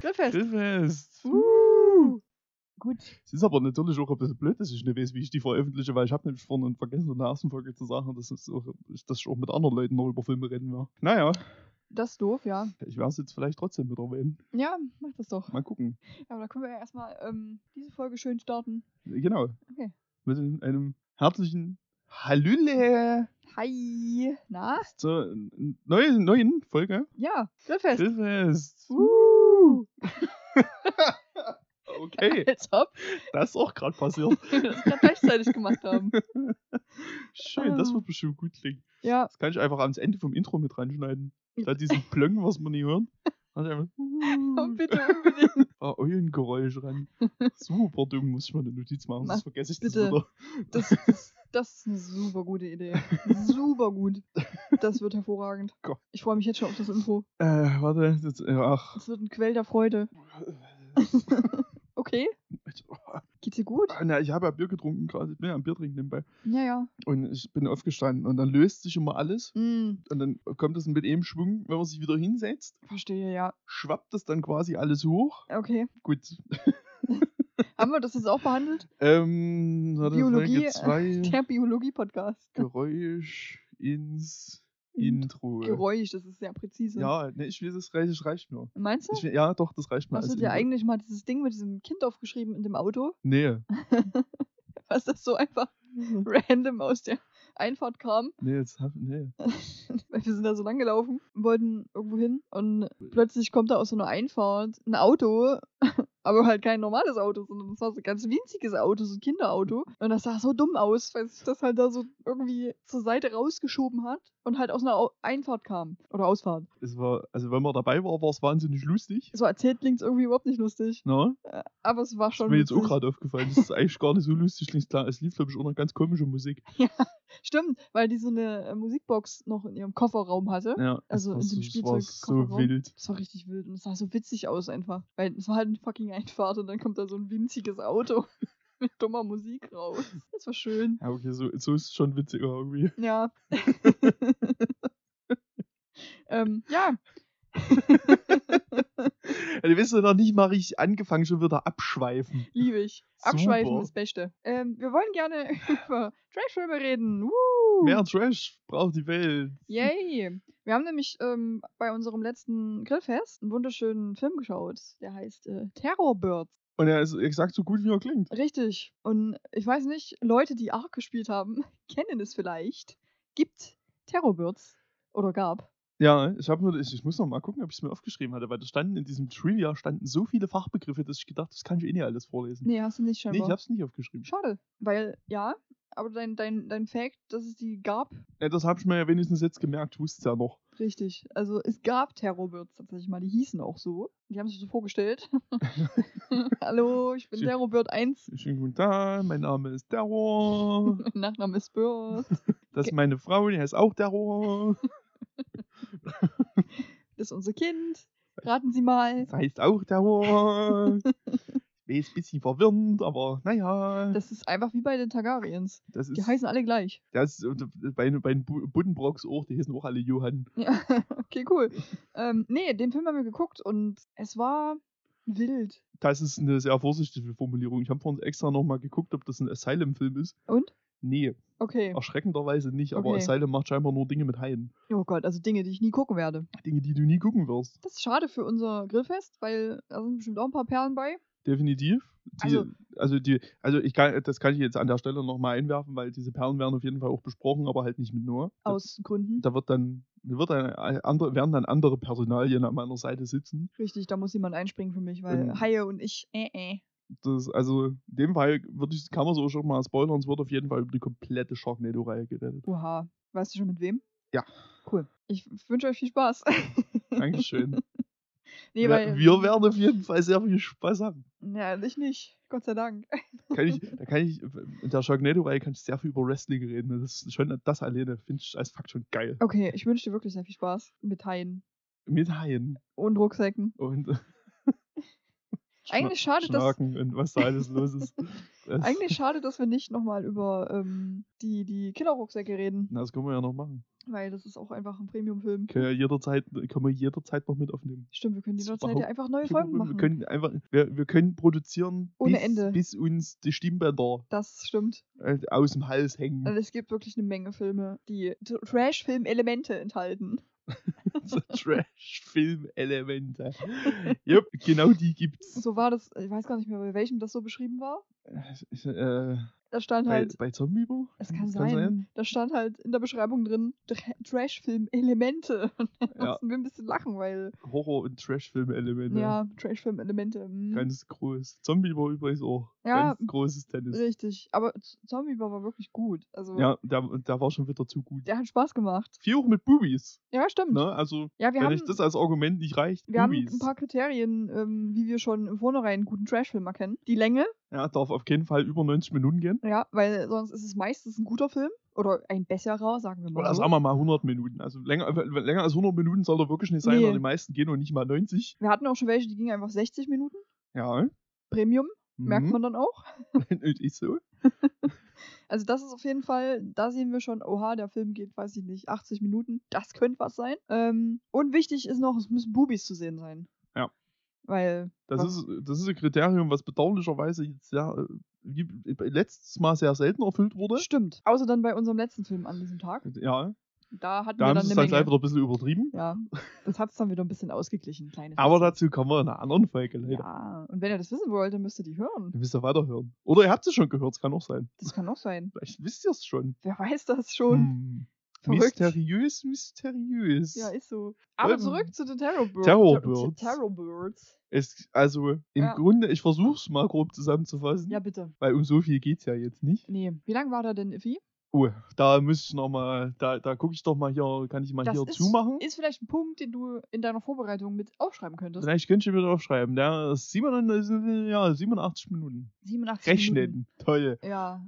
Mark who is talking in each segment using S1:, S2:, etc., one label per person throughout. S1: Grillfest.
S2: Grillfest.
S1: Uh. Gut.
S2: Es ist aber natürlich auch ein bisschen blöd, dass ich nicht weiß, wie ich die veröffentliche, weil ich habe nämlich vorhin vergessen, in der ersten Folge zu sagen, dass, es auch, dass ich auch mit anderen Leuten noch über Filme reden werde. Naja,
S1: Das ist doof, ja.
S2: ich werde es jetzt vielleicht trotzdem mit erwähnen.
S1: Ja, mach das doch.
S2: Mal gucken.
S1: Aber da können wir ja erstmal ähm, diese Folge schön starten.
S2: Genau.
S1: Okay.
S2: Mit einem herzlichen Hallöle
S1: Hi. Na?
S2: zur neuen, neuen Folge.
S1: Ja, Grillfest.
S2: Grillfest.
S1: Uh.
S2: Okay,
S1: Als ob
S2: das ist auch gerade passiert.
S1: wir das gerade gleichzeitig gemacht haben.
S2: Schön, das wird bestimmt gut klingen.
S1: Ja,
S2: Das kann ich einfach ans Ende vom Intro mit reinschneiden. Statt diesem Plöng, was man nie hören. Also einfach
S1: und bitte unbedingt.
S2: ein paar Eulengeräusch ran. Super dumm, muss ich mal eine Notiz machen,
S1: Mach
S2: sonst vergesse ich
S1: bitte.
S2: das
S1: Das,
S2: wieder.
S1: das, das ist eine super gute Idee. Super gut. Das wird hervorragend.
S2: Gott.
S1: Ich freue mich jetzt schon auf das Intro.
S2: Äh, warte, das, äh, ach.
S1: Das wird ein Quell der Freude. Okay? Geht's dir gut?
S2: Ah, Na, ich habe ja Bier getrunken gerade, ich bin ja am Bier trinken nebenbei.
S1: Ja, ja.
S2: Und ich bin aufgestanden und dann löst sich immer alles.
S1: Mm,
S2: Und dann kommt es mit eben Schwung, wenn man sich wieder hinsetzt,
S1: verstehe, ja.
S2: schwappt das dann quasi alles hoch.
S1: Okay.
S2: Gut.
S1: Haben wir das jetzt auch behandelt?
S2: Ähm, warte,
S1: Biologie, äh,
S2: Folge zwei.
S1: Der Biologie-Podcast.
S2: Geräusch ins
S1: In-
S2: Intro.
S1: Geräusch, das ist sehr präzise.
S2: Ja, ne, ich will das reicht, das reicht mir.
S1: Meinst du?
S2: Ich will, ja, doch, das reicht mir.
S1: Hast
S2: als
S1: du dir
S2: Intro.
S1: eigentlich mal dieses Ding mit diesem Kind aufgeschrieben in dem Auto?
S2: Nee,
S1: Was das so einfach random aus der Einfahrt kam?
S2: nee, jetzt hab, nee.
S1: Weil wir sind da so lang gelaufen, wollten irgendwo hin und plötzlich kommt da aus so einer Einfahrt ein Auto, aber halt kein normales Auto, sondern das war so ein ganz winziges Auto, so ein Kinderauto. Und das sah so dumm aus, weil sich das halt da so irgendwie zur Seite rausgeschoben hat und halt aus einer Au Einfahrt kam. Oder Ausfahrt.
S2: Es war, also wenn man dabei war, war es wahnsinnig lustig.
S1: So erzählt klingt es irgendwie überhaupt nicht lustig,
S2: Na,
S1: aber es war schon.
S2: ist mir jetzt auch
S1: witzig.
S2: gerade aufgefallen. Das ist eigentlich gar nicht so lustig, klingt klar. Es lief, glaube ich, auch noch ganz komische Musik.
S1: Stimmt, weil die so eine äh, Musikbox noch in ihrem Kofferraum hatte.
S2: Ja,
S1: Also in
S2: es
S1: dem
S2: war, so- es war so
S1: Spielzeugkofferraum.
S2: wild.
S1: Das war richtig wild und es sah so witzig aus einfach. Weil es war halt eine fucking Einfahrt und dann kommt da so ein winziges Auto mit dummer Musik raus. Das war schön.
S2: Ja, okay, so, so ist es schon witziger irgendwie.
S1: Ja. ähm, ja,
S2: Also, weißt du, noch nicht mal richtig angefangen, schon wieder abschweifen.
S1: liebe ich. Abschweifen
S2: Super.
S1: ist Beste. Ähm, wir wollen gerne über Trashfilme reden. Woo!
S2: Mehr Trash braucht die Welt.
S1: Yay! Wir haben nämlich ähm, bei unserem letzten Grillfest einen wunderschönen Film geschaut. Der heißt äh, Terror Birds.
S2: Und er ist exakt so gut, wie er klingt.
S1: Richtig. Und ich weiß nicht, Leute, die Ark gespielt haben, kennen es vielleicht. Gibt Terrorbirds oder gab.
S2: Ja, ich, hab nur, ich, ich muss noch mal gucken, ob ich es mir aufgeschrieben hatte, weil da standen in diesem Trivia standen so viele Fachbegriffe, dass ich gedacht das kann ich eh nicht alles vorlesen.
S1: Nee, hast du nicht
S2: Nee, ich
S1: scheinbar.
S2: hab's nicht aufgeschrieben.
S1: Schade. Weil, ja, aber dein, dein, dein Fact, dass es die gab,
S2: Ja, das hab ich mir ja wenigstens jetzt gemerkt, wusste ja noch.
S1: richtig. Also es gab Terrorbirds tatsächlich mal. Die hießen auch so. Die haben sich so vorgestellt. Hallo, ich bin
S2: Schön.
S1: Terrorbird 1.
S2: Schönen guten Tag, mein Name ist Terror.
S1: Mein Nachname ist Bird.
S2: Das ist meine Frau, die heißt auch Terror.
S1: Das ist unser Kind. Raten Sie mal.
S2: Das heißt auch Terror. Ist ein bisschen verwirrend, aber naja.
S1: Das ist einfach wie bei den Targaryens.
S2: Das
S1: Die
S2: ist,
S1: heißen alle gleich.
S2: das ist bei, bei den Bu- Buddenbrocks auch, die heißen auch alle Johann.
S1: Ja, okay, cool. ähm, nee, den Film haben wir geguckt und es war wild.
S2: Das ist eine sehr vorsichtige Formulierung. Ich habe vorhin extra nochmal geguckt, ob das ein Asylum-Film ist.
S1: Und?
S2: Nee.
S1: Okay.
S2: Oh. Erschreckenderweise nicht, aber
S1: Okay.
S2: Asylum macht scheinbar nur Dinge mit Haien.
S1: Oh Gott, also Dinge, die ich nie gucken werde.
S2: Dinge, die du nie gucken wirst.
S1: Das ist schade für unser Grillfest, weil da sind bestimmt auch ein paar Perlen bei.
S2: Definitiv. Die, also,
S1: Also-
S2: die, also ich kann, das kann ich jetzt an der Stelle nochmal einwerfen, weil diese Perlen werden auf jeden Fall auch besprochen, aber halt nicht mit Noah. Da-
S1: Aus Gründen.
S2: Da wird dann, da wird dann andere, werden dann andere Personalien an meiner Seite sitzen.
S1: Richtig, da muss jemand einspringen für mich, weil
S2: Ähm.
S1: Haie und ich, äh, äh.
S2: Das, also in dem Fall würde ich, kann man so schon mal spoilern, es wird auf jeden Fall über die komplette Sharknado-Reihe geredet.
S1: Oha. Weißt du schon mit wem?
S2: Ja.
S1: Cool. Ich wünsche euch viel Spaß.
S2: Dankeschön.
S1: nee,
S2: wir, wir werden auf jeden Fall sehr viel Spaß haben.
S1: Ja, ich nicht. Gott sei Dank.
S2: kann ich, da kann ich, in der Sharknado-Reihe kann ich sehr viel über Wrestling reden. Das ist schon das alleine, finde ich als Fakt schon geil.
S1: Okay, ich wünsche dir wirklich sehr viel Spaß mit Haien
S2: Mit Haien
S1: und Rucksäcken.
S2: und
S1: Eigentlich schade, dass-
S2: Schnaken dass. Und was da alles los ist. Das,
S1: Eigentlich schade, dass wir nicht nochmal über ähm, die, die Kinderrucksäcke reden,
S2: Na, das können wir ja noch machen.
S1: weil das ist auch einfach ein Premium-Film.
S2: Können wir jederzeit, können wir jederzeit noch mit aufnehmen.
S1: Stimmt, wir können
S2: Das
S1: jederzeit
S2: überhaupt-
S1: ja einfach neue
S2: Wir
S1: Folgen machen.
S2: können einfach, wir, wir können produzieren
S1: Ohne
S2: bis,
S1: Ende.
S2: bis uns die Stimmbänder
S1: Das stimmt.
S2: äh, aus dem Hals hängen.
S1: Also es gibt wirklich eine Menge Filme, die T- Trash-Film-Elemente enthalten.
S2: so Trash-Film-Elemente. Jupp, genau die gibt's.
S1: So war das, ich weiß gar nicht mehr, bei welchem das so beschrieben war.
S2: Äh,
S1: Da stand
S2: bei,
S1: halt,
S2: bei Hm, Zombie war?
S1: es kann, sein, da stand halt in der Beschreibung drin Tra- Trash-Film-Elemente. Und da
S2: Ja.
S1: mussten wir ein bisschen lachen, weil,
S2: Horror- und Trash-Film-Elemente.
S1: ja, Trash-Film-Elemente. hm.
S2: Ganz groß. Zombie war übrigens auch.
S1: Ja.
S2: Ganz großes Tennis.
S1: Richtig. Aber Z- Zombie war, war wirklich gut. Also,
S2: Ja, da, da war schon wieder zu gut.
S1: der hat Spaß gemacht.
S2: Viel auch mit Boobies.
S1: Ja, stimmt.
S2: Ne? Also,
S1: Ja, wir
S2: wenn
S1: haben,
S2: euch das als Argument nicht reicht,
S1: wir haben
S2: Boobies.
S1: ein paar Kriterien, ähm, wie wir schon im Vornherein einen guten Trash-Film erkennen. Die Länge,
S2: ja, darf auf keinen Fall über 90 Minuten gehen.
S1: Ja, weil sonst ist es meistens ein guter Film oder ein besserer, sagen wir mal.
S2: Oder
S1: so.
S2: sagen wir mal 100 Minuten. Also länger, länger als 100 Minuten soll er wirklich nicht sein,
S1: Nee.
S2: weil die meisten gehen und nicht mal 90.
S1: Wir hatten auch schon welche, die gingen einfach 60 Minuten.
S2: Ja.
S1: Premium, merkt
S2: Mhm.
S1: man dann auch.
S2: Und ich so.
S1: Also das ist auf jeden Fall, da sehen wir schon, oha, der Film geht, weiß ich nicht, 80 Minuten. Das könnte was sein. Ähm, und wichtig ist noch, es müssen Bubis zu sehen sein.
S2: Ja.
S1: Weil,
S2: Das
S1: Was?
S2: ist, das ist ein Kriterium, was bedauerlicherweise jetzt sehr, äh, wie- letztes Mal sehr selten erfüllt wurde.
S1: stimmt. Außer dann bei unserem letzten Film an diesem Tag.
S2: Ja,
S1: Da hatten
S2: da
S1: wir
S2: haben
S1: dann eine
S2: sie es halt dann
S1: Menge.
S2: gleich wieder ein bisschen übertrieben.
S1: ja, das hat es dann wieder ein bisschen ausgeglichen. ein Kleines
S2: Aber
S1: bisschen.
S2: dazu kommen wir in einer anderen Folge leider.
S1: Ja, und wenn ihr das wissen wollt, dann müsst ihr die hören.
S2: Ihr müsst ja weiterhören. Oder ihr habt es schon gehört, es kann auch sein.
S1: Das kann auch sein.
S2: Vielleicht wisst ihr es schon.
S1: Wer weiß das schon?
S2: Hm.
S1: Verrückt.
S2: Mysteriös, mysteriös.
S1: Ja, ist so. Aber
S2: Ähm,
S1: zurück zu den Tarot Birds.
S2: Tarot
S1: Tar- zu
S2: Birds.
S1: Tarot Birds.
S2: es, also im
S1: Ja.
S2: Grunde, ich versuche es mal grob zusammenzufassen,
S1: Ja, bitte.
S2: weil um so viel geht es ja jetzt nicht.
S1: Nee, wie lang war da denn Iffy?
S2: Oh, da muss ich nochmal, da, da gucke ich doch mal hier, kann ich mal
S1: Das
S2: hier
S1: ist-
S2: zumachen?
S1: Ist vielleicht ein Punkt, den du in deiner Vorbereitung mit aufschreiben könntest.
S2: Vielleicht könnt ihr mir draufschreiben. Der ist 87, ja, 87 Minuten.
S1: 87 Minuten.
S2: Rechnen. Toll.
S1: Ja.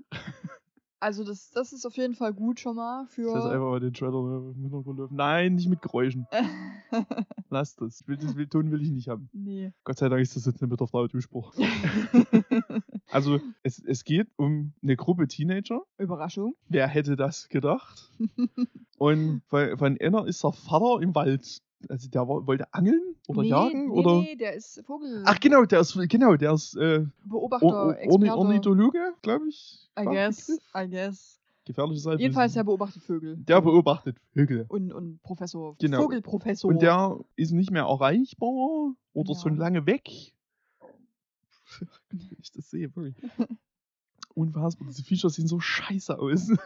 S1: Also das, das ist auf jeden Fall gut schon mal
S2: Ich lass
S1: für...
S2: einfach mal den Trailer im Hintergrund laufen. Nein, nicht mit Geräuschen. Lass das. Ich will, das will, Ton will ich nicht haben.
S1: nee.
S2: Gott sei Dank ist das jetzt nicht mit auf Audiospruch. Also, es, es geht um eine Gruppe Teenager.
S1: Überraschung.
S2: Wer hätte das gedacht? Und von, von einer ist der Vater im Wald. Also, der war, wollte angeln oder
S1: nee,
S2: jagen
S1: nee,
S2: oder.
S1: Nee, der ist Vogel.
S2: Ach, genau, der ist, genau, der ist äh,
S1: Beobachter,
S2: Or- Or- Orni-
S1: Experte.
S2: Ornithologe, glaube ich.
S1: I
S2: war Also
S1: guess,
S2: Begriff.
S1: I guess.
S2: Gefährliches Halbwissen.
S1: Jedenfalls, der beobachtet Vögel.
S2: Der beobachtet Vögel.
S1: und, und Professor.
S2: Genau.
S1: Vogelprofessor.
S2: Und der ist nicht mehr erreichbar oder
S1: Ja.
S2: schon lange weg. Wenn ich das sehe, wirklich. Unfassbar, diese Viecher sehen so scheiße aus.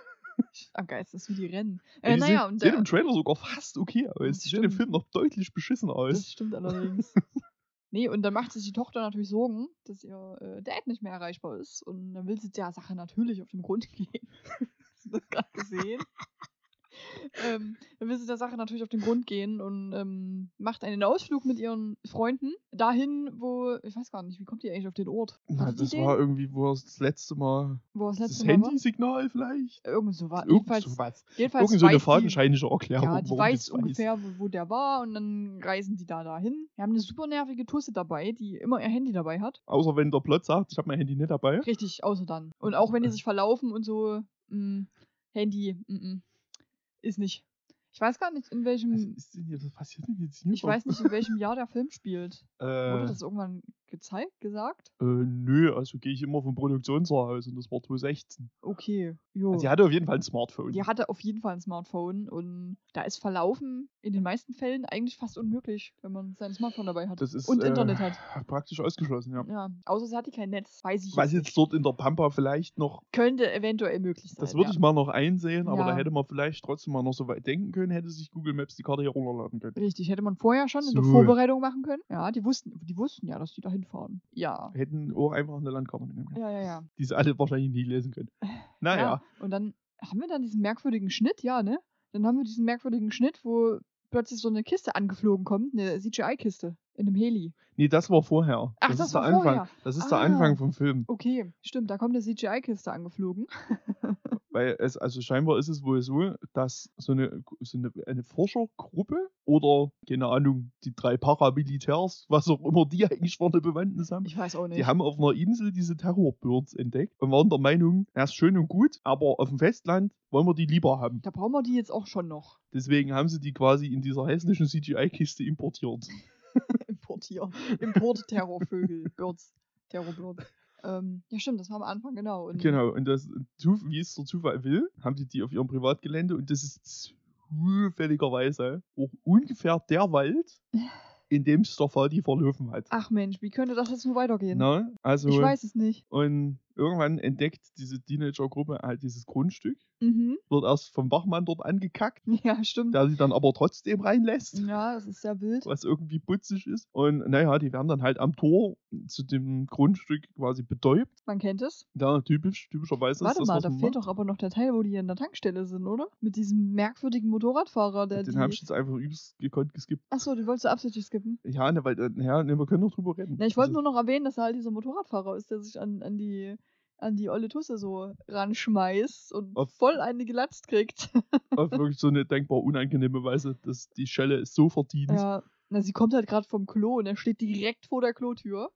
S1: Am Geist ist wie die rennen.
S2: Ja,
S1: Äh,
S2: die
S1: naja,
S2: sehen,
S1: und
S2: sehen
S1: der,
S2: im Trailer sogar fast okay aus.
S1: Das
S2: Die sehen im
S1: stimmt.
S2: Film noch deutlich beschissen aus.
S1: das stimmt allerdings. nee, und dann macht sich die Tochter natürlich Sorgen, dass ihr äh, Dad nicht mehr erreichbar ist. Und dann will sie der Sache natürlich auf den Grund gehen. Hast du das gerade gesehen? ähm, dann will sie der Sache natürlich auf den Grund gehen und ähm, macht einen Ausflug mit ihren Freunden dahin, wo, ich weiß gar nicht, wie kommt die eigentlich auf den Ort?
S2: Na,
S1: Hast du die
S2: das
S1: Idee?
S2: war irgendwie, wo das letzte Mal.
S1: Wo das
S2: Das
S1: letzte Mal war?
S2: Handysignal vielleicht?
S1: Irgend so war.
S2: Irgend
S1: Jedenfalls,
S2: sowas.
S1: jedenfalls
S2: Irgend so eine
S1: weiß die-
S2: fadenscheinige Erklärung.
S1: Ja, die
S2: warum
S1: weiß
S2: das
S1: ungefähr, wo, wo der war und dann reisen die da dahin. Wir haben eine super nervige Tusse dabei, die immer ihr Handy dabei hat.
S2: Außer wenn der Plot sagt, ich habe mein Handy nicht dabei.
S1: Richtig, außer dann. Und auch
S2: Äh.
S1: wenn die sich verlaufen und so, mh, Handy, mm, mm, ist nicht. Ich weiß gar nicht, in
S2: Was
S1: welchem,
S2: Also, ist denn hier, was passiert denn jetzt hier?
S1: Hm. ich weiß nicht, in welchem Jahr der Film spielt. Wurde
S2: Äh,
S1: das irgendwann gezeigt, gesagt?
S2: äh, nö, also gehe ich immer vom Produktionsjahr aus und das war 2016.
S1: Okay, jo.
S2: Also sie hatte auf jeden Fall ein Smartphone.
S1: die hatte auf jeden Fall ein Smartphone und da ist Verlaufen in den meisten Fällen eigentlich fast unmöglich, wenn man sein Smartphone dabei hat.
S2: das ist,
S1: und
S2: äh,
S1: Internet hat.
S2: Praktisch ausgeschlossen, ja.
S1: Ja, außer sie hatte kein Netz, weiß ich
S2: Was
S1: jetzt
S2: jetzt dort in der Pampa vielleicht noch,
S1: Könnte eventuell möglich sein.
S2: das würde ich mal noch einsehen, aber da
S1: Ja.
S2: hätte man vielleicht trotzdem mal noch so weit denken können, hätte sich Google Maps die Karte hier runterladen können.
S1: Richtig, hätte man vorher schon in der
S2: So.
S1: Vorbereitung machen können. Ja, die wussten, die wussten ja, dass die da hinfahren. Ja.
S2: Hätten auch einfach eine Landkarte mitnehmen können,
S1: Ja, ja, ja.
S2: die sie alle wahrscheinlich nie lesen können. Naja,
S1: Und dann haben wir dann diesen merkwürdigen Schnitt, ja, ne? Dann haben wir diesen merkwürdigen Schnitt, wo plötzlich so eine Kiste angeflogen kommt, eine CGI-Kiste in einem Heli.
S2: nee, das war vorher.
S1: Ach, das
S2: ist
S1: war
S2: der Anfang.
S1: vorher.
S2: Das ist der
S1: Ah.
S2: Anfang vom Film.
S1: Okay, stimmt, da kommt eine CGI-Kiste angeflogen.
S2: Weil es, also scheinbar ist es wohl so, dass so eine, so eine, eine Forschergruppe oder, keine Ahnung, die drei Paramilitärs, was auch immer die eigentlich für eine Bewandtnis haben,
S1: Ich weiß auch nicht.
S2: die haben auf einer Insel diese Terrorbirds entdeckt und waren der Meinung, das ist schön und gut, aber auf dem Festland wollen wir die lieber haben.
S1: Da brauchen wir die jetzt auch schon noch
S2: Deswegen haben sie die quasi in dieser hässlichen CGI-Kiste importiert.
S1: Mhm. importieren. Import-Terrorvögel. Birds. Terrorbirds. Ähm, ja, stimmt, das war am Anfang, genau. Und
S2: Genau, und das, zu- wie es der Zufall will, haben die die auf ihrem Privatgelände und das ist zufälligerweise auch ungefähr der Wald, in dem Stoffer die verlaufen hat.
S1: Ach Mensch, wie könnte das jetzt nur weitergehen?
S2: Na, also,
S1: ich weiß es nicht.
S2: und irgendwann entdeckt diese Teenagergruppe halt dieses Grundstück,
S1: Mhm.
S2: wird erst vom Wachmann dort angekackt,
S1: Ja, stimmt.
S2: der sie dann aber trotzdem reinlässt.
S1: Ja, das ist sehr wild.
S2: was irgendwie putzig ist. Und naja, die werden dann halt am Tor zu dem Grundstück quasi betäubt.
S1: Man kennt es.
S2: Ja, typisch, typischerweise
S1: Warte
S2: ist das,
S1: mal,
S2: was
S1: da
S2: man
S1: fehlt
S2: macht.
S1: doch aber noch der Teil, wo die in der Tankstelle sind, oder? Mit diesem merkwürdigen Motorradfahrer, der
S2: Den
S1: die.
S2: habe ich jetzt einfach übelst gekonnt geskippt.
S1: Achso, du wolltest du absichtlich skippen.
S2: Ja, ne, weil, äh, ja, ne, wir können noch drüber reden.
S1: Na, ich wollte
S2: Also,
S1: nur noch erwähnen, dass er halt dieser Motorradfahrer ist, der sich an, an die an die olle Tusse so ranschmeißt und
S2: Auf-
S1: voll eine gelatzt kriegt.
S2: auf wirklich so eine denkbar unangenehme Weise, dass die Schelle ist so verdient.
S1: ja, na, sie kommt halt gerade vom Klo und er steht direkt vor der Klotür.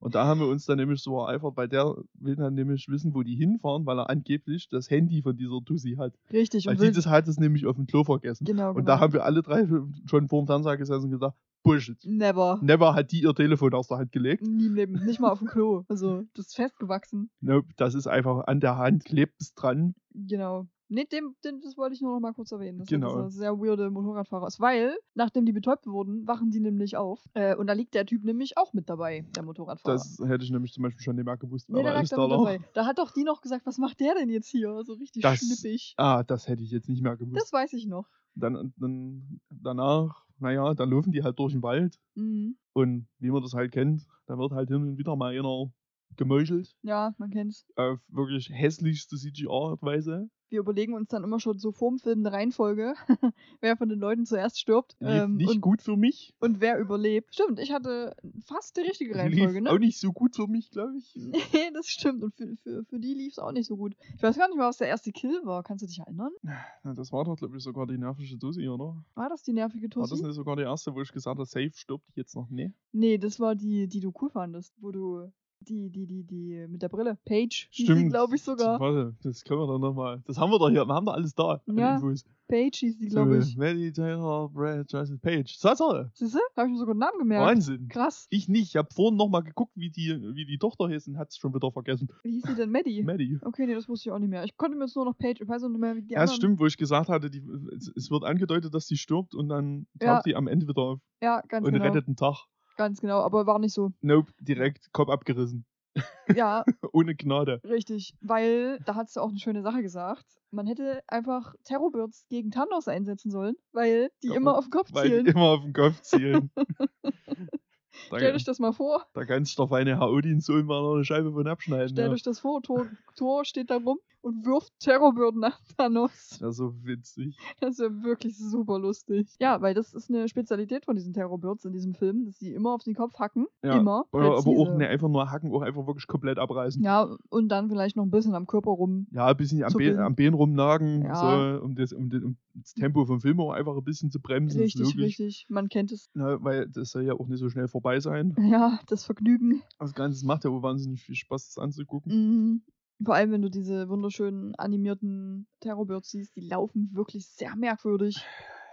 S2: Und da haben wir uns dann nämlich so ereifert, weil der will dann nämlich wissen, wo die hinfahren, weil er angeblich das Handy von dieser Tussi hat.
S1: Richtig,
S2: Weil
S1: und
S2: die
S1: will,
S2: das hat es nämlich auf dem Klo vergessen.
S1: genau, genau.
S2: Und da haben wir alle drei schon vor dem Fernseher gesessen und gesagt, Bullshit.
S1: Never.
S2: Never hat die ihr Telefon aus der Hand gelegt.
S1: Nie im Leben. Nicht mal auf dem Klo. Also, das ist festgewachsen.
S2: Nope, Ne, das ist einfach an der Hand, klebt es dran.
S1: Genau. Nee, dem, dem, das wollte ich nur noch mal kurz erwähnen. Das
S2: Genau.
S1: genau. dieser sehr weirde Motorradfahrer ist. Weil, nachdem die betäubt wurden, wachen die nämlich auf. Äh, und da liegt der Typ nämlich auch mit dabei, der Motorradfahrer.
S2: Das hätte ich nämlich zum Beispiel schon nicht mehr gewusst.
S1: nee,
S2: aber
S1: der lag
S2: ist
S1: da
S2: da
S1: mit
S2: noch.
S1: dabei. Da hat doch die noch gesagt, was macht der denn jetzt hier? So richtig
S2: Das-
S1: schnippig.
S2: Ah, das hätte ich jetzt nicht mehr gewusst.
S1: Das weiß ich noch.
S2: Dann, dann danach, naja, dann laufen die halt durch den Wald.
S1: Mhm.
S2: Und wie man das halt kennt, da wird halt hin und wieder mal einer gemeuchelt.
S1: Ja, man kennt's.
S2: Auf wirklich hässlichste CGI-Art-Weise.
S1: Wir überlegen uns dann immer schon so vorm Film eine Reihenfolge, wer von den Leuten zuerst stirbt
S2: Lief
S1: ähm,
S2: nicht
S1: und,
S2: gut für mich.
S1: und wer überlebt. Stimmt, ich hatte fast die richtige Reihenfolge,
S2: Lief
S1: ne?
S2: auch nicht so gut für mich, glaube ich.
S1: Nee, das stimmt. Und für, für, für die lief es auch nicht so gut. Ich weiß gar nicht mehr, was der erste Kill war. Kannst du dich erinnern?
S2: Ja, das war doch, glaube ich, sogar die nervische Dussi, oder?
S1: War das die nervige
S2: War das
S1: Tussi?
S2: nicht sogar die erste, wo ich gesagt habe, safe stirbt die jetzt noch? Nee.
S1: nee, das war die, die du cool fandest, wo du die, die, die, die mit der Brille. Paige. hieß
S2: Stimmt.
S1: Die, glaube ich sogar.
S2: Warte, das können wir doch nochmal. Das haben wir doch hier, wir haben da alles da. an
S1: Ja,
S2: Infos.
S1: Paige hieß die,
S2: So,
S1: glaube ich.
S2: Meditator, Brad, Jason Page. Sache!
S1: Siehste? Habe ich mir sogar einen Namen gemerkt.
S2: Wahnsinn!
S1: Krass.
S2: Ich nicht, ich habe vorhin nochmal geguckt, wie die, wie die Tochter hieß und hat's schon wieder vergessen.
S1: Wie hieß die denn? Maddie?
S2: Maddie.
S1: Okay, nee, das wusste ich auch nicht mehr. Ich konnte mir jetzt nur noch Paige, ich weiß auch nicht mehr, wie die
S2: Ja,
S1: anderen...
S2: stimmt, wo ich gesagt hatte, die, es, es wird angedeutet, dass sie stirbt und dann
S1: Ja.
S2: taucht die am Ende wieder auf
S1: Ja, ganz
S2: und
S1: genau.
S2: rettet einen Tag.
S1: Ganz genau, aber war nicht so.
S2: Nope, direkt Kopf abgerissen.
S1: Ja,
S2: Ohne Gnade.
S1: Richtig, weil da hast du auch eine schöne Sache gesagt. Man hätte einfach Terrorbirds gegen Thanos einsetzen sollen, weil die
S2: Ja,
S1: immer auf den Kopf
S2: Weil die
S1: zielen.
S2: immer auf den Kopf zielen. da,
S1: Stellt euch das mal vor,
S2: da kannst du doch eine Odin-Sohn mal noch eine Scheibe von abschneiden.
S1: stellt
S2: ja.
S1: euch das vor. Thor, Thor steht da rum und wirft Terrorbirden nach Thanos.
S2: Das wäre so witzig.
S1: Das wäre wirklich super lustig. Ja, weil das ist eine Spezialität von diesen Terrorbirds in diesem Film, dass die immer auf den Kopf hacken.
S2: Ja,
S1: immer.
S2: Oder aber
S1: präzise.
S2: auch ne, einfach nur hacken, auch einfach wirklich komplett abreißen.
S1: Ja, und dann vielleicht noch ein bisschen am Körper rum.
S2: Ja, ein bisschen am,
S1: Zuppeln.
S2: Bein, am Bein rumnagen,
S1: Ja.
S2: so, um, das, um, das, um das Tempo vom Film auch einfach ein bisschen zu bremsen. ist
S1: Richtig,
S2: logisch.
S1: richtig. Man kennt es.
S2: Na, weil das soll ja auch nicht so schnell vorbei sein.
S1: Ja, das Vergnügen.
S2: Aber Das Ganze macht ja auch wahnsinnig viel Spaß, das anzugucken.
S1: Mhm. Vor allem, wenn du diese wunderschönen animierten Terrorbirds siehst, die laufen wirklich sehr merkwürdig.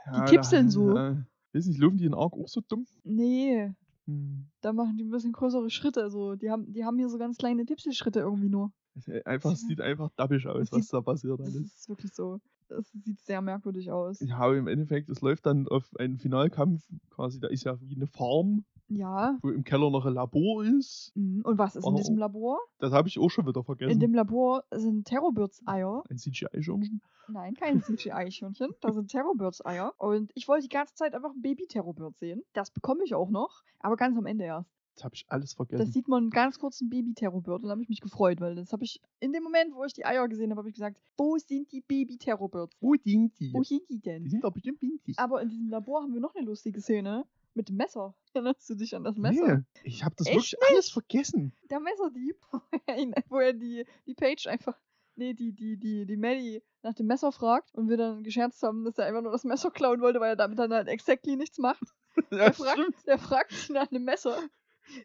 S2: Ja,
S1: kippseln
S2: da-
S1: so.
S2: Ja, weiß nicht, laufen die in Arc auch so dumm?
S1: Nee,
S2: Hm.
S1: da machen die ein bisschen größere Schritte. Also die haben, die haben hier so ganz kleine Tippselschritte irgendwie nur.
S2: Es ist Einfach, es sieht einfach dabbisch aus,
S1: Das
S2: was
S1: sieht-
S2: da passiert
S1: Das
S2: alles.
S1: ist wirklich so. Das sieht sehr merkwürdig aus.
S2: Ja, aber im Endeffekt, es läuft dann auf einen Finalkampf quasi, da ist ja wie eine Farm,
S1: Ja.
S2: wo im Keller noch ein Labor ist.
S1: Mhm. Und was ist in
S2: Oh.
S1: diesem Labor?
S2: Das habe ich auch schon wieder vergessen.
S1: In dem Labor sind Terrorbirds-Eier.
S2: ein CGI-Schirmchen.
S1: Nein, kein CGI-Eichhörnchen. Da sind Terrorbirds-Eier. Und ich wollte die ganze Zeit einfach ein Baby-Terrorbird sehen. Das bekomme ich auch noch, aber ganz am Ende erst.
S2: Das habe ich alles
S1: Das
S2: vergessen.
S1: sieht man ganz kurz ein Baby-Terrorbird und da habe ich mich gefreut, weil das habe ich in dem Moment, wo ich die Eier gesehen habe, habe ich gesagt, wo sind die Baby-Terrorbirds?
S2: Wo sind die?
S1: Wo sind die
S2: Die
S1: denn?
S2: sind doch bestimmt winzig.
S1: Aber in diesem Labor haben wir noch eine lustige Szene mit dem Messer. Erinnerst du dich an das Messer?
S2: Nee, ich habe
S1: Echt
S2: das wirklich alles vergessen.
S1: Der Messerdieb, wo er ihn- wo er die, die Page einfach, nee, die, die, die, die Maddie nach dem Messer fragt und wir dann gescherzt haben, dass er einfach nur das Messer klauen wollte, weil er damit dann halt exactly nichts macht.
S2: Ja,
S1: Der fragt, der fragt sich nach einem Messer.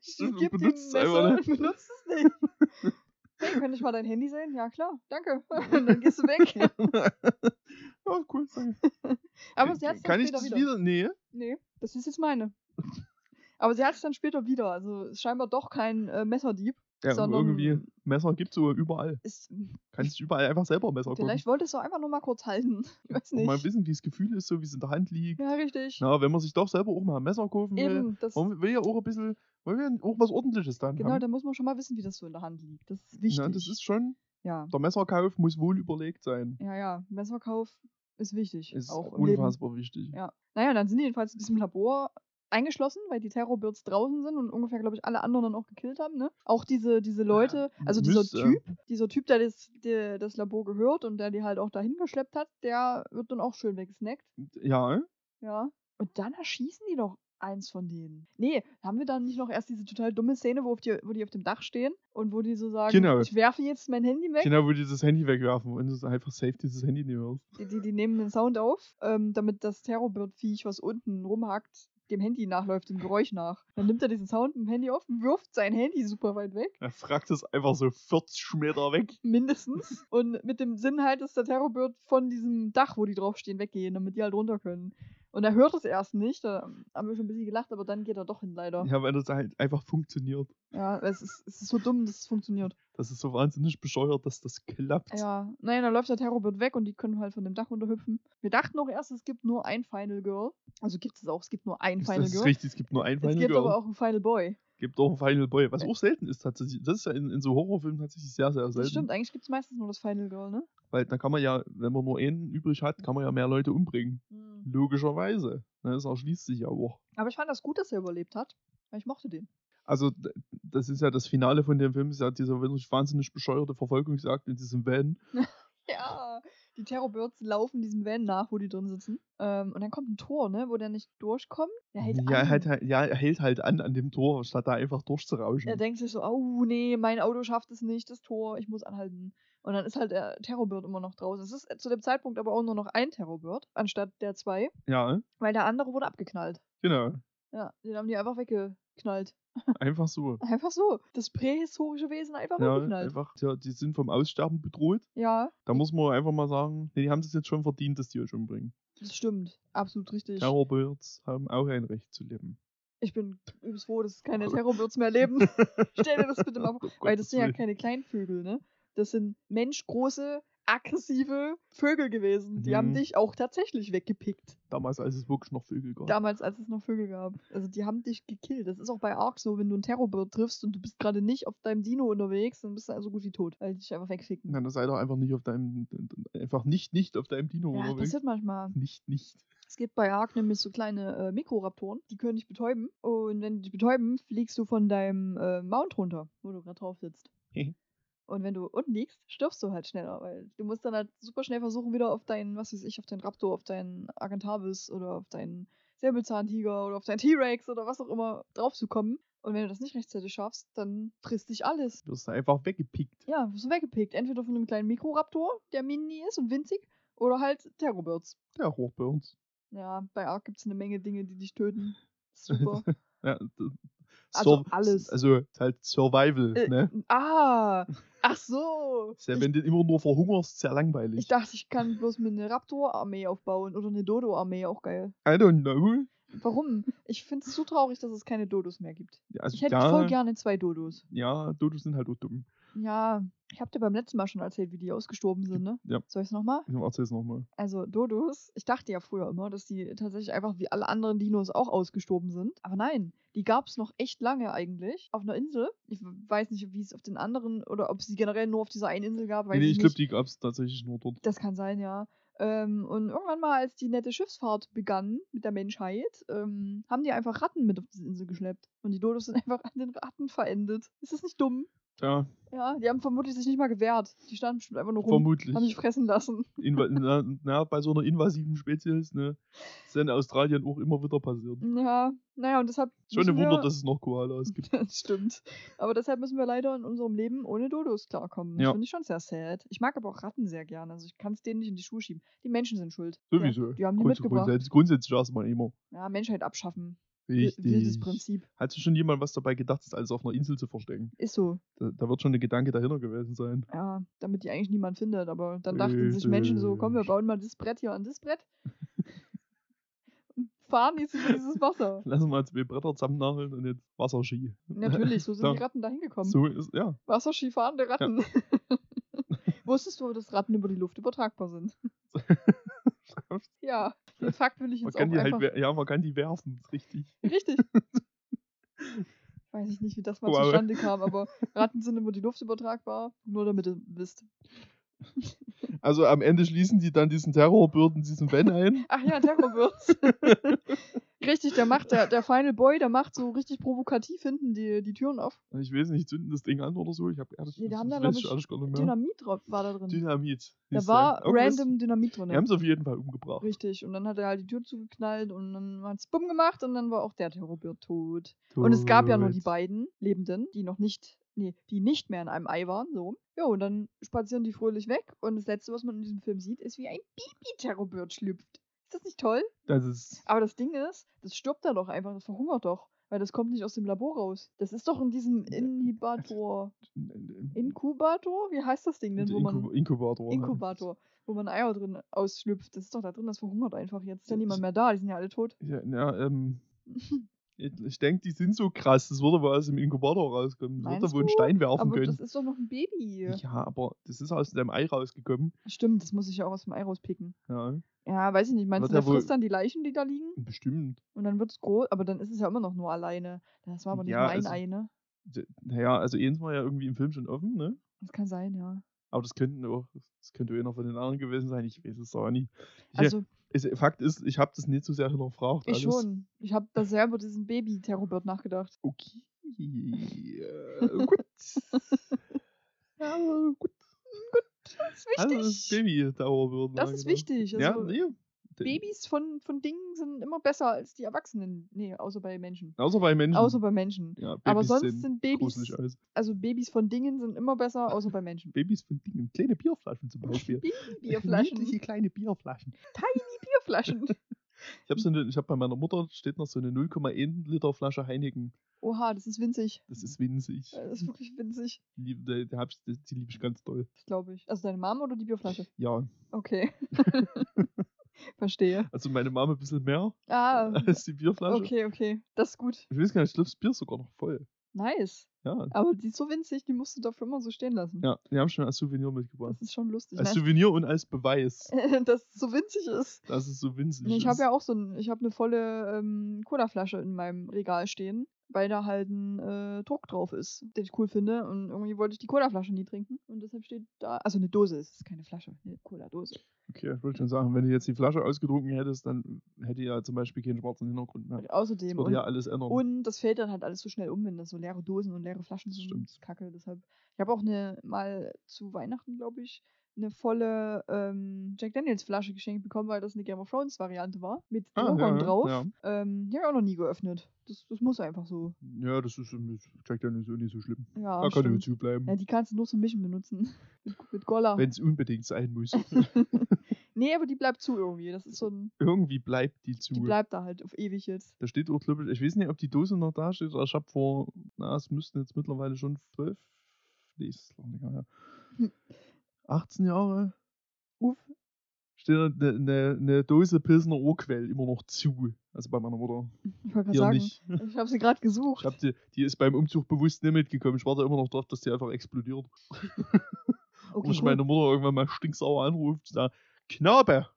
S2: Stimmt,
S1: gibt
S2: und
S1: ihm ein
S2: benutzt es
S1: Messer
S2: einfach
S1: und benutzt es nicht. Hey, könnte ich mal dein Handy sehen? Ja, klar, danke. Und dann gehst du weg.
S2: ja, cool. Danke.
S1: Aber sie hat es dann
S2: Kann ich
S1: später
S2: das
S1: wieder.
S2: wieder? Nee.
S1: Nee, das ist jetzt meine. Aber sie hat es dann später wieder. Also ist scheinbar doch kein äh, Messerdieb.
S2: Ja,
S1: Sondern-
S2: irgendwie, Messer gibt es überall.
S1: Ist,
S2: Kannst du überall einfach selber Messer gucken.
S1: vielleicht wollte es doch einfach nur mal kurz halten. Ich weiß
S2: Und mal
S1: nicht.
S2: wissen, wie das Gefühl ist, so wie es in der Hand liegt.
S1: Ja, richtig.
S2: Na, äh, wenn man sich doch selber auch mal ein Messer kaufen will,
S1: Eben, das,
S2: man will ja auch ein bisschen, man will ja auch was Ordentliches dann
S1: genau,
S2: haben.
S1: da muss man schon mal wissen, wie das so in der Hand liegt. Das ist wichtig.
S2: Ja, das ist schon,
S1: ja.
S2: der Messerkauf muss wohl überlegt sein.
S1: ja, ja, Messerkauf ist wichtig.
S2: Ist
S1: auch im Leben.
S2: unfassbar wichtig.
S1: Ja. Naja, dann sind die jedenfalls in diesem Labor eingeschlossen, weil die Terrorbirds draußen sind und ungefähr, glaube ich, alle anderen dann auch gekillt haben, ne? Auch diese, diese Leute, also dieser
S2: müsste.
S1: Typ, dieser Typ, der das, der das Labor gehört und der die halt auch dahin geschleppt hat, der wird dann auch schön weggesnackt.
S2: Ja,
S1: Ja. Und dann erschießen die doch eins von denen. Nee, haben wir dann nicht noch erst diese total dumme Szene, wo, auf die, wo die auf dem Dach stehen und wo die so sagen,
S2: Genau.
S1: ich werfe jetzt mein Handy weg.
S2: Kinder würde dieses Handy wegwerfen und es ist einfach safe, dieses Handy nicht hörst.
S1: Die, die, die nehmen den Sound auf, ähm, damit das Terrorbird-Viech, was unten rumhackt, dem Handy nachläuft, dem Geräusch nach. Dann nimmt er diesen Sound im Handy auf, wirft sein Handy super weit weg,
S2: Er fragt es einfach so 40 Meter weg.
S1: mindestens. Und mit dem Sinn halt, dass der Terrorbird von diesem Dach, wo die draufstehen, weggehen, damit die halt runter können. Und er hört es erst nicht, da haben wir schon ein bisschen gelacht, aber dann geht er doch hin, leider.
S2: Ja, weil das halt einfach funktioniert.
S1: Ja, es ist, es ist so dumm, dass es funktioniert.
S2: Das ist so wahnsinnig bescheuert, dass das klappt.
S1: Ja, naja, dann läuft der Terrorbird weg und die können halt von dem Dach runterhüpfen. Wir dachten auch erst, es gibt nur ein Final Girl. Also gibt es auch, es gibt nur ein
S2: Ist-
S1: Final
S2: das ist
S1: Girl.
S2: richtig, es gibt nur einen
S1: es
S2: Final
S1: gibt
S2: Girl.
S1: aber auch einen Final Boy.
S2: gibt auch einen Final Boy, was auch selten ist tatsächlich. Das ist ja in, in so Horrorfilmen tatsächlich sehr, sehr
S1: Das
S2: selten.
S1: stimmt, eigentlich gibt es meistens nur das Final Girl, ne?
S2: Weil da kann man ja, wenn man nur einen übrig hat, kann man ja mehr Leute umbringen. Logischerweise. Ne, Das erschließt sich ja auch.
S1: Aber ich fand das gut, dass er überlebt hat. Weil ich mochte den.
S2: Also, d- das ist ja das Finale von dem Film, ist ja dieser wirklich wahnsinnig bescheuerte Verfolgungsjagd in diesem Van.
S1: Ja, die Terrorbirds laufen diesem Van nach, wo die drin sitzen. Ähm, und dann kommt ein Tor, ne? Wo der nicht durchkommt. Der hält
S2: ja,
S1: an.
S2: er hält halt, ja, er hält halt an an dem Tor, statt da einfach durchzurauschen.
S1: Er denkt sich so, oh nee, mein Auto schafft es nicht, das Tor, ich muss anhalten. Und dann ist halt der Terrorbird immer noch draußen. Es ist äh, zu dem Zeitpunkt aber auch nur noch ein Terrorbird, anstatt der zwei,
S2: ja,
S1: weil der andere wurde abgeknallt.
S2: genau.
S1: Ja, den haben die einfach weggeknallt.
S2: Einfach so.
S1: Einfach so. Das prähistorische Wesen einfach
S2: Ja,
S1: weggeknallt.
S2: einfach, ja, die sind vom Aussterben bedroht.
S1: Ja,
S2: Da muss man einfach mal sagen, nee, die haben es jetzt schon verdient, dass die euch umbringen.
S1: das stimmt. Absolut richtig.
S2: Terrorbirds haben auch ein Recht zu leben.
S1: Ich bin übelst froh, dass keine Terrorbirds mehr leben. Stell dir das bitte mal vor.
S2: Um
S1: Weil das
S2: Gottes
S1: sind ja
S2: Willen.
S1: keine Kleinvögel, ne? Das sind menschgroße, aggressive Vögel gewesen. Die haben
S2: Mhm.
S1: dich auch tatsächlich weggepickt.
S2: Damals, als es wirklich noch Vögel gab.
S1: Damals, als es noch Vögel gab. Also die haben dich gekillt. Das ist auch bei Ark so, wenn du einen Terrorbird triffst und du bist gerade nicht auf deinem Dino unterwegs, dann bist du also gut wie tot, weil die dich einfach wegficken.
S2: Na, dann sei doch einfach nicht auf deinem, einfach nicht, nicht auf deinem Dino
S1: ja, das
S2: unterwegs.
S1: passiert manchmal.
S2: Nicht, nicht.
S1: Es gibt bei Ark nämlich so kleine äh, Mikroraptoren, die können dich betäuben. Und wenn die dich betäuben, fliegst du von deinem äh, Mount runter, wo du gerade drauf sitzt.
S2: Mhm.
S1: Und wenn du unten liegst, stirbst du halt schneller, weil du musst dann halt super schnell versuchen, wieder auf deinen, was weiß ich, auf deinen Raptor, auf deinen Argentavis oder auf deinen Säbelzahntiger oder auf deinen T-Rex oder was auch immer draufzukommen. Und wenn du das nicht rechtzeitig schaffst, dann frisst dich alles.
S2: Du wirst einfach weggepickt.
S1: Ja, wirst du weggepickt. Entweder von einem kleinen Mikroraptor, der mini ist und winzig, oder halt Terrorbirds.
S2: Ja, hoch bei uns.
S1: Ja, bei Ark gibt es eine Menge Dinge, die dich töten. Super.
S2: Ja, d-
S1: Also
S2: Sur-
S1: alles.
S2: Also ist halt Survival,
S1: Äh,
S2: ne?
S1: Ah, ach so.
S2: Ist ja,
S1: Ich,
S2: wenn du immer nur verhungerst, ist ja langweilig.
S1: ich dachte, ich kann bloß mir eine Raptor-Armee aufbauen oder eine Dodo-Armee, auch geil.
S2: I don't know.
S1: Warum? Ich finde es so traurig, dass es keine Dodos mehr gibt.
S2: Ja, Also,
S1: Ich hätte
S2: ja,
S1: voll gerne zwei Dodos.
S2: Ja, Dodos sind halt auch dumm.
S1: Ja, ich habe dir beim letzten Mal schon erzählt, wie die ausgestorben sind, ne?
S2: Ja.
S1: Soll ich es nochmal?
S2: Ich erzähl's nochmal.
S1: Also Dodos, ich dachte ja früher immer, dass die tatsächlich einfach wie alle anderen Dinos auch ausgestorben sind. Aber nein, die gab es noch echt lange eigentlich auf einer Insel. Ich weiß nicht, wie es auf den anderen oder ob es die generell nur auf dieser einen Insel gab. Weiß
S2: Nee, nee,
S1: ich
S2: ich
S1: nicht.
S2: glaube, die gab's tatsächlich nur dort.
S1: Das kann sein, ja. Ähm, und irgendwann mal, als die nette Schiffsfahrt begann mit der Menschheit, ähm, haben die einfach Ratten mit auf diese Insel geschleppt. Und die Dodos sind einfach an den Ratten verendet. Ist das nicht dumm?
S2: Tja,
S1: Ja, die haben vermutlich sich nicht mal gewehrt. Die standen bestimmt einfach nur rum.
S2: vermutlich.
S1: Haben sich fressen lassen.
S2: Inva na, na, bei so einer invasiven Spezies, ne? Ist ja in Australien auch immer wieder passiert.
S1: Ja, naja, und deshalb.
S2: Schon ein
S1: müssen
S2: Wunder,
S1: wir-
S2: dass es noch Koalas gibt.
S1: Das stimmt. Aber deshalb müssen wir leider in unserem Leben ohne Dodos klarkommen. Das
S2: Ja.
S1: finde ich schon sehr sad. Ich mag aber auch Ratten sehr gerne. Also ich kann es denen nicht in die Schuhe schieben. Die Menschen sind schuld.
S2: Sowieso.
S1: Ja, die haben die
S2: Grunds-
S1: mitgebracht.
S2: grundsätzlich, grundsätzlich erstmal immer.
S1: Ja, Menschheit abschaffen. Wi- Wildes
S2: Richtig.
S1: Prinzip.
S2: Hat sich schon jemand was dabei gedacht, das alles auf einer Insel zu verstecken?
S1: Ist so.
S2: Da, da wird schon ein Gedanke dahinter gewesen sein.
S1: Ja, damit die eigentlich niemand findet. Aber dann dachten sich Menschen so, komm, wir
S2: Richtig.
S1: bauen mal das Brett hier an das Brett. Und fahren jetzt über dieses Wasser.
S2: Lassen wir zwei Bretter zusammennageln und jetzt Wasserski.
S1: Natürlich, so sind
S2: So.
S1: die Ratten da hingekommen.
S2: So ist, ja.
S1: Wasserski fahrende Ratten. Wusstest du, dass Ratten über die Luft übertragbar sind? Ja, den Fakt will ich
S2: Man
S1: jetzt
S2: kann
S1: auch
S2: die halt,
S1: einfach.
S2: wer- ja, man kann die werfen, ist richtig.
S1: Richtig. Weiß ich nicht, wie das mal
S2: Wow.
S1: zustande kam, aber Ratten sind über die Luft übertragbar, nur damit ihr wisst.
S2: Also am Ende schließen sie dann diesen Terrorbürden, diesen Van ein.
S1: Ach ja, Terrorwürz. richtig, der macht, der, der Final Boy, der macht so richtig provokativ hinten die, die Türen auf.
S2: Also, Ich weiß nicht, zünden das Ding an oder so. Ich habe ehrlich,
S1: Nee, da
S2: das
S1: haben da,
S2: weiß
S1: glaub ich,
S2: ehrlich gar nicht mehr.
S1: Dynamit drauf war da drin.
S2: Dynamit.
S1: da
S2: siehst du.
S1: war
S2: Irgendwas-
S1: random Dynamit drin.
S2: Die haben es auf jeden Fall umgebracht.
S1: Richtig, und dann hat er halt die Tür zugeknallt und dann hat es bumm gemacht und dann war auch der Terrorbird tot. Und es gab ja nur die
S2: Gut.
S1: beiden Lebenden, die noch nicht, nee, die nicht mehr in einem Ei waren, so. rum. Ja, und dann spazieren die fröhlich weg und das Letzte, was man in diesem Film sieht, ist, wie ein Baby-Terrorbird schlüpft. Ist das nicht toll?
S2: Das ist.
S1: Aber das Ding ist, das stirbt da doch einfach, das verhungert doch, weil das kommt nicht aus dem Labor raus. Das ist doch in diesem Inhibator,
S2: äh,
S1: Inkubator, wie heißt das Ding denn, wo man...
S2: Inkub Inkubator. ne?
S1: Inkubator, wo man Eier drin ausschlüpft. Das ist doch da drin, das verhungert einfach jetzt.
S2: Äh,
S1: Ist ja niemand mehr da, die sind ja alle tot.
S2: Ja, na, ähm, ich ich denke, die sind so krass. Das würde wohl aus dem Inkubator rauskommen. Das
S1: Meinst
S2: würde wohl einen
S1: du?
S2: Stein werfen
S1: Aber das
S2: können.
S1: ist doch noch ein Baby.
S2: Ja, aber das ist aus deinem Ei rausgekommen.
S1: Stimmt, das muss ich ja auch aus dem Ei rauspicken.
S2: Ja,
S1: Ja, weiß ich nicht. Meinst
S2: Wird
S1: du, der
S2: ja wohl-
S1: frisst dann die Leichen, die da liegen?
S2: bestimmt.
S1: Und dann wird es groß, aber dann ist es ja immer noch nur alleine. Das war aber nicht
S2: Ja,
S1: nur ein
S2: also-
S1: Ei, ne?
S2: D- Naja, also eins war ja irgendwie im Film schon offen, ne?
S1: Das kann sein, ja.
S2: Aber das könnten auch, das könnte einer von den anderen gewesen sein. Ich weiß es auch nicht. Ja,
S1: Also,
S2: Es, Fakt ist, ich habe das nicht so sehr hinterfragt.
S1: ich schon. Ich habe da sehr über diesen Baby-Terrorbird nachgedacht.
S2: Okay. äh, gut. ja, gut.
S1: Das ist äh, wichtig.
S2: Also das ist Baby Dauer würden. ne?
S1: das ist wichtig. Also,
S2: ja, nee. D-
S1: Babys von, von Dingen sind immer besser als die Erwachsenen. Nee, außer bei Menschen.
S2: Außer bei Menschen.
S1: Außer bei Menschen.
S2: ja, Babys
S1: aber sonst sind Babys-
S2: gruselig aus.
S1: Also Babys von Dingen sind immer besser, außer bei Menschen.
S2: Babys von Dingen. Kleine Bierflaschen zum Beispiel.
S1: Babybierflaschen.
S2: Niedliche kleine Bierflaschen.
S1: Bierflaschen.
S2: Ich habe so eine, ich hab bei meiner Mutter steht noch so eine 0,1 Liter Flasche Heineken.
S1: Oha, das ist winzig. Äh,
S2: Das ist winzig.
S1: Das ist wirklich winzig,
S2: Die lieb- die, die, hab ich- die, die liebe ich ganz doll.
S1: glaube ich. Also deine Mom oder die Bierflasche?
S2: Ja,
S1: Okay. Verstehe.
S2: also meine Mama ein bisschen mehr
S1: Ah,
S2: als die Bierflasche.
S1: okay, okay. Das ist gut.
S2: Ich weiß gar nicht, ich glaube, das Bier ist sogar noch voll.
S1: Nice.
S2: Ja,
S1: Aber die ist so winzig, die musst du dafür immer so stehen lassen.
S2: ja die haben schon als Souvenir mitgebracht.
S1: Das ist schon lustig.
S2: Als
S1: Nein,
S2: Souvenir und als Beweis,
S1: dass es so winzig ist.
S2: dass es so winzig
S1: Äh, Nee, ich
S2: ist.
S1: habe ja auch so ein, ich habe eine volle ähm, Colaflasche in meinem Regal stehen, weil da halt ein äh, Druck drauf ist, den ich cool finde. Und irgendwie wollte ich die Colaflasche nie trinken. Und deshalb steht da. Also eine Dose ist es, keine Flasche. Eine Cola-Dose.
S2: Okay, ich wollte schon sagen, wenn du jetzt die Flasche ausgetrunken hättest, dann hätte ja zum Beispiel keinen schwarzen Hintergrund mehr.
S1: Und
S2: Das
S1: außerdem.
S2: würde
S1: und
S2: ja alles ändern.
S1: Und das fällt dann halt alles so schnell um, wenn das so leere Dosen und leere Flaschen
S2: Das
S1: sind.
S2: stimmt.
S1: Das ist Kacke. Deshalb. Ich habe auch eine mal zu Weihnachten, glaube ich, eine volle ähm, Jack Daniels Flasche geschenkt bekommen, weil das eine Game of Thrones Variante war. Mit
S2: Ah,
S1: Logern
S2: ja,
S1: drauf.
S2: ja.
S1: Ähm, die habe ich auch noch nie geöffnet. Das, das muss einfach so.
S2: ja, das ist mit Jack Daniels auch nicht so schlimm.
S1: Ja,
S2: da kann ich
S1: stimmt.
S2: jetzt bleiben.
S1: ja, die kannst du nur zum Mischen benutzen. mit, mit Golla.
S2: Wenn es unbedingt sein muss.
S1: Nee, aber die bleibt zu irgendwie. Das ist so ein.
S2: Irgendwie bleibt die zu.
S1: Die bleibt da halt auf ewig jetzt.
S2: da steht auch, glaube ich, ich weiß nicht, ob die Dose noch da steht, aber ich habe vor, na, es müssten jetzt mittlerweile schon zwölf, nee, ist noch nicht her.
S1: Hm.
S2: 18 Jahre
S1: Uff.
S2: steht eine ne, ne Dose Pilsener Urquell immer noch zu. Also bei meiner Mutter.
S1: Ich wollte gerade
S2: Hier
S1: sagen.
S2: nicht.
S1: Ich habe sie gerade gesucht.
S2: Ich hab die, die ist beim Umzug bewusst nicht mitgekommen. Ich warte immer noch drauf, dass die einfach explodiert.
S1: okay,
S2: Und ich
S1: gut.
S2: meine Mutter irgendwann um mal stinksauer anruft und sagt, Knabe,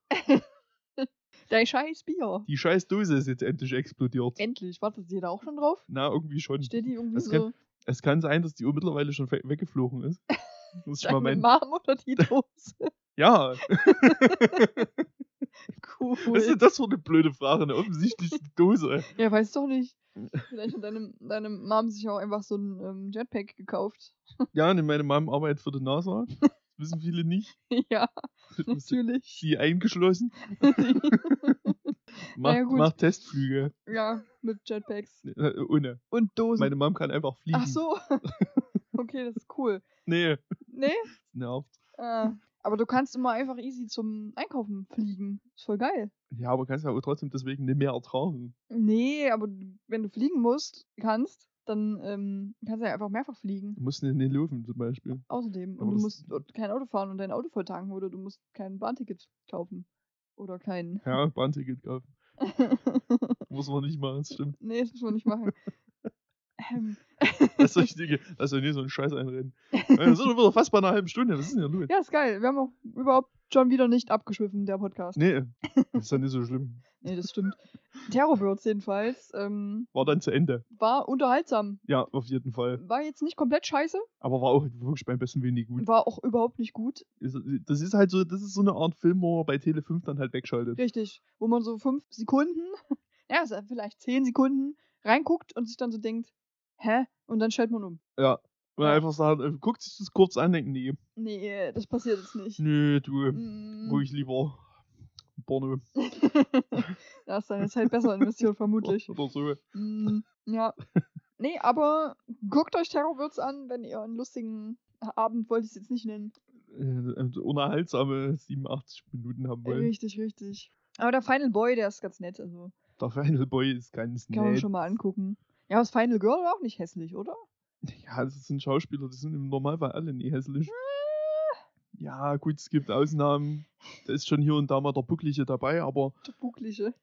S1: Dein scheiß Bier.
S2: die scheiß Dose ist jetzt endlich explodiert.
S1: Endlich. Wartet ihr da auch schon drauf?
S2: Na, irgendwie schon.
S1: Steht die irgendwie
S2: Hm. Das
S1: so.
S2: kann- Es kann sein, dass die Uhr mittlerweile schon fe- weggeflogen ist. Muss ich mal
S1: Deine
S2: meinen.
S1: Mom oder die Dose?
S2: Ja,
S1: Cool.
S2: was ist denn das für eine blöde Frage? Eine offensichtliche Dose.
S1: Ja, weiß doch nicht. Vielleicht hat deine, deine Mom sich auch einfach so ein ähm, Jetpack gekauft.
S2: Ja, ne, meine Mom arbeitet für die NASA. Das wissen viele nicht.
S1: ja,
S2: Sie
S1: natürlich.
S2: eingeschlossen. Macht,
S1: ja, gut.
S2: macht Testflüge.
S1: ja, mit Jetpacks
S2: Äh, Ohne.
S1: und Dosen.
S2: Meine Mom kann einfach fliegen.
S1: Ach so. okay, das ist cool.
S2: Nee,
S1: Nee?
S2: nervt.
S1: Äh, aber du kannst immer einfach easy zum Einkaufen fliegen. Ist voll geil.
S2: Ja, aber kannst ja auch trotzdem deswegen nicht mehr ertragen.
S1: Nee, aber du- wenn du fliegen musst, kannst, dann ähm, kannst du ja einfach mehrfach fliegen.
S2: Du musst nicht in den Löwen zum Beispiel.
S1: Außerdem.
S2: Aber
S1: Und du
S2: das-
S1: musst dort kein Auto fahren und dein Auto voll tanken oder du musst kein Bahnticket kaufen. Oder kein.
S2: Ja, Bahnticket kaufen. Muss man nicht machen, das stimmt.
S1: nee, das muss man nicht machen. ähm,
S2: Lass euch nicht, lass euch nicht so einen Scheiß einreden. Wir sind schon wieder fast bei einer halben Stunde. Was ist denn hier los?
S1: ja, ist geil. Wir haben auch überhaupt schon wieder nicht abgeschwiffen, der Podcast.
S2: Nee, das ist ja nicht so schlimm.
S1: Nee, das stimmt. Terrorbirds jedenfalls. Ähm,
S2: War dann zu Ende.
S1: war unterhaltsam.
S2: Ja, auf jeden Fall.
S1: War jetzt nicht komplett scheiße,
S2: Aber war auch wirklich beim besten Willen nicht gut.
S1: war auch überhaupt nicht gut.
S2: Ist- Das ist halt so, das ist so eine Art Film, wo man bei Tele 5 dann halt wegschaltet.
S1: Richtig. Wo man so fünf Sekunden, ja, so vielleicht zehn Sekunden reinguckt und sich dann so denkt, hä? Und dann schaltet man um.
S2: Und
S1: Ja.
S2: einfach sagt, äh, guckt sich das kurz an, denkt, nee,
S1: Nee, das passiert jetzt nicht.
S2: nö, du,
S1: Mm.
S2: ruhig lieber Porno
S1: das ist deine Zeit besser investiert, vermutlich.
S2: oder so. Äh,
S1: Mm, ja. Nee, aber guckt euch Terrorwürz an, wenn ihr einen lustigen Abend, wollte ich es jetzt nicht nennen.
S2: Äh, und Unerhaltsame 87 Minuten haben wollen.
S1: Richtig, richtig. Aber der Final Boy, der ist ganz nett, also
S2: Der Final Boy ist ganz
S1: kann man
S2: nett.
S1: schon mal angucken. Ja, aber das Final Girl war auch nicht hässlich, oder?
S2: Ja, das sind Schauspieler, die sind im Normalfall alle nie hässlich.
S1: Ah.
S2: Ja, gut, es gibt Ausnahmen. Da ist schon hier und da mal der Bucklige dabei, aber
S1: Der Bugliche.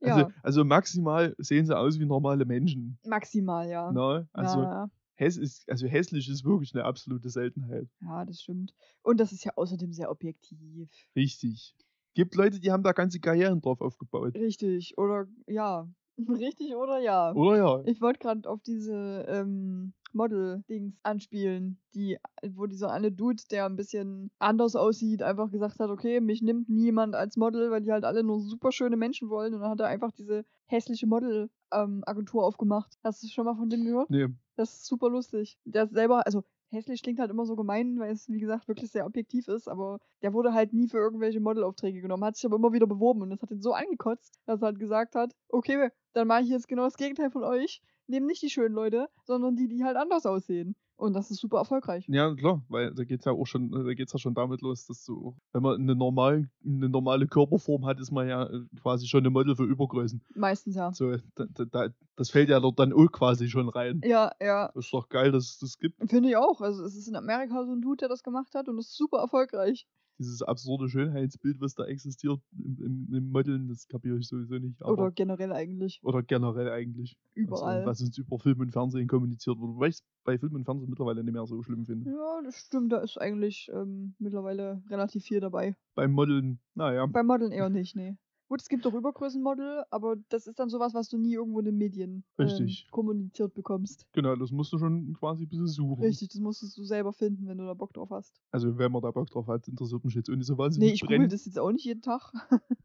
S1: ja,
S2: also, also maximal sehen sie aus wie normale Menschen.
S1: maximal, ja.
S2: Ne? Also,
S1: ja, ja.
S2: häss ist, also hässlich ist wirklich eine absolute Seltenheit.
S1: ja, das stimmt. Und das ist ja außerdem sehr objektiv.
S2: Richtig. Gibt Leute, die haben da ganze Karrieren drauf aufgebaut.
S1: Richtig, oder ja. Richtig, oder ja.
S2: Oder ja?
S1: Ich wollte gerade auf diese ähm, Model-Dings anspielen, die, wo dieser eine Dude, der ein bisschen anders aussieht, einfach gesagt hat, okay, mich nimmt niemand als Model, weil die halt alle nur super schöne Menschen wollen. Und dann hat er einfach diese hässliche Model-Agentur aufgemacht. Hast du schon mal von dem gehört?
S2: Nee.
S1: Das ist super lustig. Der selber, also hässlich klingt halt immer so gemein, weil es, wie gesagt, wirklich sehr objektiv ist, aber der wurde halt nie für irgendwelche Modelaufträge genommen, hat sich aber immer wieder beworben und das hat ihn so angekotzt, dass er halt gesagt hat, okay, dann mache ich jetzt genau das Gegenteil von euch, nehme nicht die schönen Leute, sondern die, die halt anders aussehen. Und das ist super erfolgreich.
S2: Ja, klar, weil da geht's ja auch schon, da geht's ja schon damit los, dass du, wenn man eine, normal, eine normale Körperform hat, ist man ja äh, quasi schon eine Model für Übergrößen.
S1: Meistens ja.
S2: So, da, da, da, das fällt ja dort dann auch quasi schon rein.
S1: Ja, ja.
S2: Ist doch geil, dass es das gibt.
S1: Finde ich auch. Also es ist in Amerika so ein Dude, der das gemacht hat und das ist super erfolgreich.
S2: Dieses absurde Schönheitsbild, was da existiert im, im, im Modeln, das kapiere ich sowieso nicht. Aber,
S1: Oder generell eigentlich.
S2: oder generell eigentlich.
S1: Überall.
S2: Also, was uns über Film und Fernsehen kommuniziert wurde. Wobei ich bei Film und Fernsehen mittlerweile nicht mehr so schlimm finde.
S1: Ja, das stimmt, da ist eigentlich ähm, mittlerweile relativ viel dabei.
S2: Beim Modeln, naja.
S1: Bei Modeln eher nicht, nee. Gut, es gibt auch Übergrößenmodel, aber das ist dann sowas, was du nie irgendwo in den Medien
S2: Richtig.
S1: Ähm, kommuniziert bekommst.
S2: Genau, das musst du schon quasi ein bisschen suchen.
S1: Richtig, das musstest du selber finden, wenn du da Bock drauf hast.
S2: Also, wenn man da Bock drauf hat, interessiert mich jetzt ohne so wahnsinnig
S1: Nee, ich google
S2: brennend.
S1: das jetzt auch nicht jeden Tag.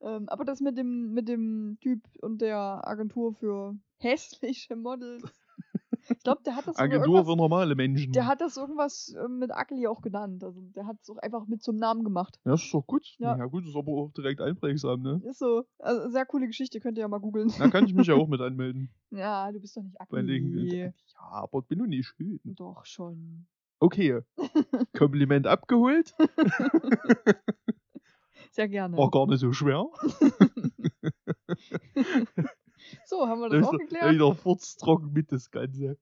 S1: ähm, aber das mit dem, mit dem Typ und der Agentur für hässliche Models. Ich glaube, der hat das sogar
S2: Agentur
S1: irgendwas-
S2: für normale Menschen.
S1: Der hat das irgendwas ähm, mit Ugly auch genannt. Also der hat es auch einfach mit zum Namen gemacht.
S2: ja, ist doch gut.
S1: Ja.
S2: Ja. gut, ist aber auch direkt einprägsam, ne?
S1: Ist so. Also sehr coole Geschichte, könnt ihr ja mal googeln.
S2: Da kann ich mich ja auch mit anmelden.
S1: Ja, du bist doch nicht
S2: Bei
S1: ugly.
S2: Gelegenheit. Ja, aber ich bin doch nicht schön.
S1: Doch schon.
S2: Okay. Kompliment abgeholt.
S1: Sehr gerne.
S2: War gar nicht so schwer.
S1: So, haben wir
S2: Da
S1: das auch
S2: ist da
S1: geklärt.
S2: wieder furztrocken mit das Ganze.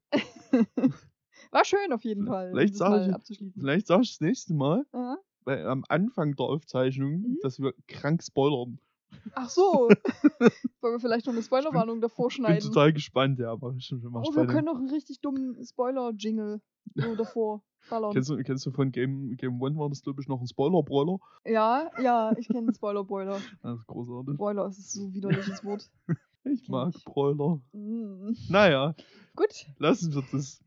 S1: War schön auf jeden Fall. um
S2: Vielleicht
S1: das
S2: sag
S1: mal
S2: ich-
S1: abzuschließen.
S2: Vielleicht sag ich das nächste Mal,
S1: Aha.
S2: weil am Anfang der Aufzeichnung,
S1: Mhm.
S2: dass wir krank spoilern.
S1: Ach so. Wollen wir vielleicht noch eine Spoilerwarnung davor
S2: Ich bin
S1: schneiden?
S2: total gespannt, ja. Mach ich, mach ich
S1: Oh, wir
S2: weiter.
S1: können noch einen richtig dummen Spoiler-Jingle so davor ballern.
S2: kennst, du, kennst du von Game, Game One war das, glaube ich, noch ein Spoiler-Broiler?
S1: Ja, ja, ich kenne Spoiler-Boiler.
S2: Das ist großartig.
S1: Boiler es ist so widerliches Wort.
S2: Ich
S1: kenn
S2: mag
S1: ich.
S2: Broiler.
S1: Mm.
S2: Naja,
S1: Gut,
S2: lassen wir das.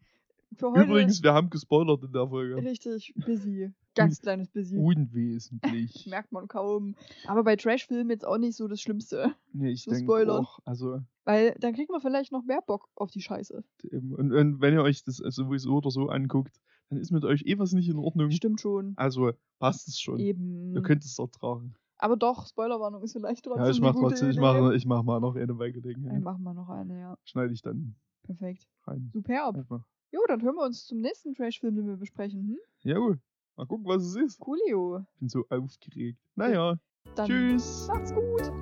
S1: Für heute
S2: Übrigens, wir haben gespoilert in der
S1: Äh,
S2: Folge.
S1: richtig busy. Ganz kleines busy.
S2: Unwesentlich.
S1: Merkt man kaum. Aber bei Trash-Filmen jetzt auch nicht so das Schlimmste.
S2: nee, ich
S1: zu
S2: denke
S1: spoilern.
S2: auch. Also,
S1: Weil dann kriegt man vielleicht noch mehr Bock auf die Scheiße.
S2: eben, und, und wenn ihr euch das äh, sowieso oder so anguckt, dann ist mit euch eh was nicht in Ordnung.
S1: Stimmt schon.
S2: Also, passt es schon.
S1: Eben.
S2: Ihr könnt es ertragen.
S1: Aber doch, Spoilerwarnung ist vielleicht trotzdem.
S2: Ja, ich
S1: eine
S2: mach
S1: gute
S2: trotzdem, ich
S1: Idee.
S2: mach, ich mach mal noch eine bei
S1: Dann
S2: Gelegenheit.
S1: machen wir noch eine, ja.
S2: Schneide ich dann
S1: Perfekt.
S2: rein.
S1: Superb.
S2: Einfach.
S1: Jo, dann hören wir uns zum nächsten Trash-Film, den wir besprechen. Hm?
S2: Jawohl. Mal gucken, was es ist.
S1: Coolio.
S2: Ich bin so aufgeregt. Naja,
S1: Dann
S2: tschüss.
S1: macht's gut.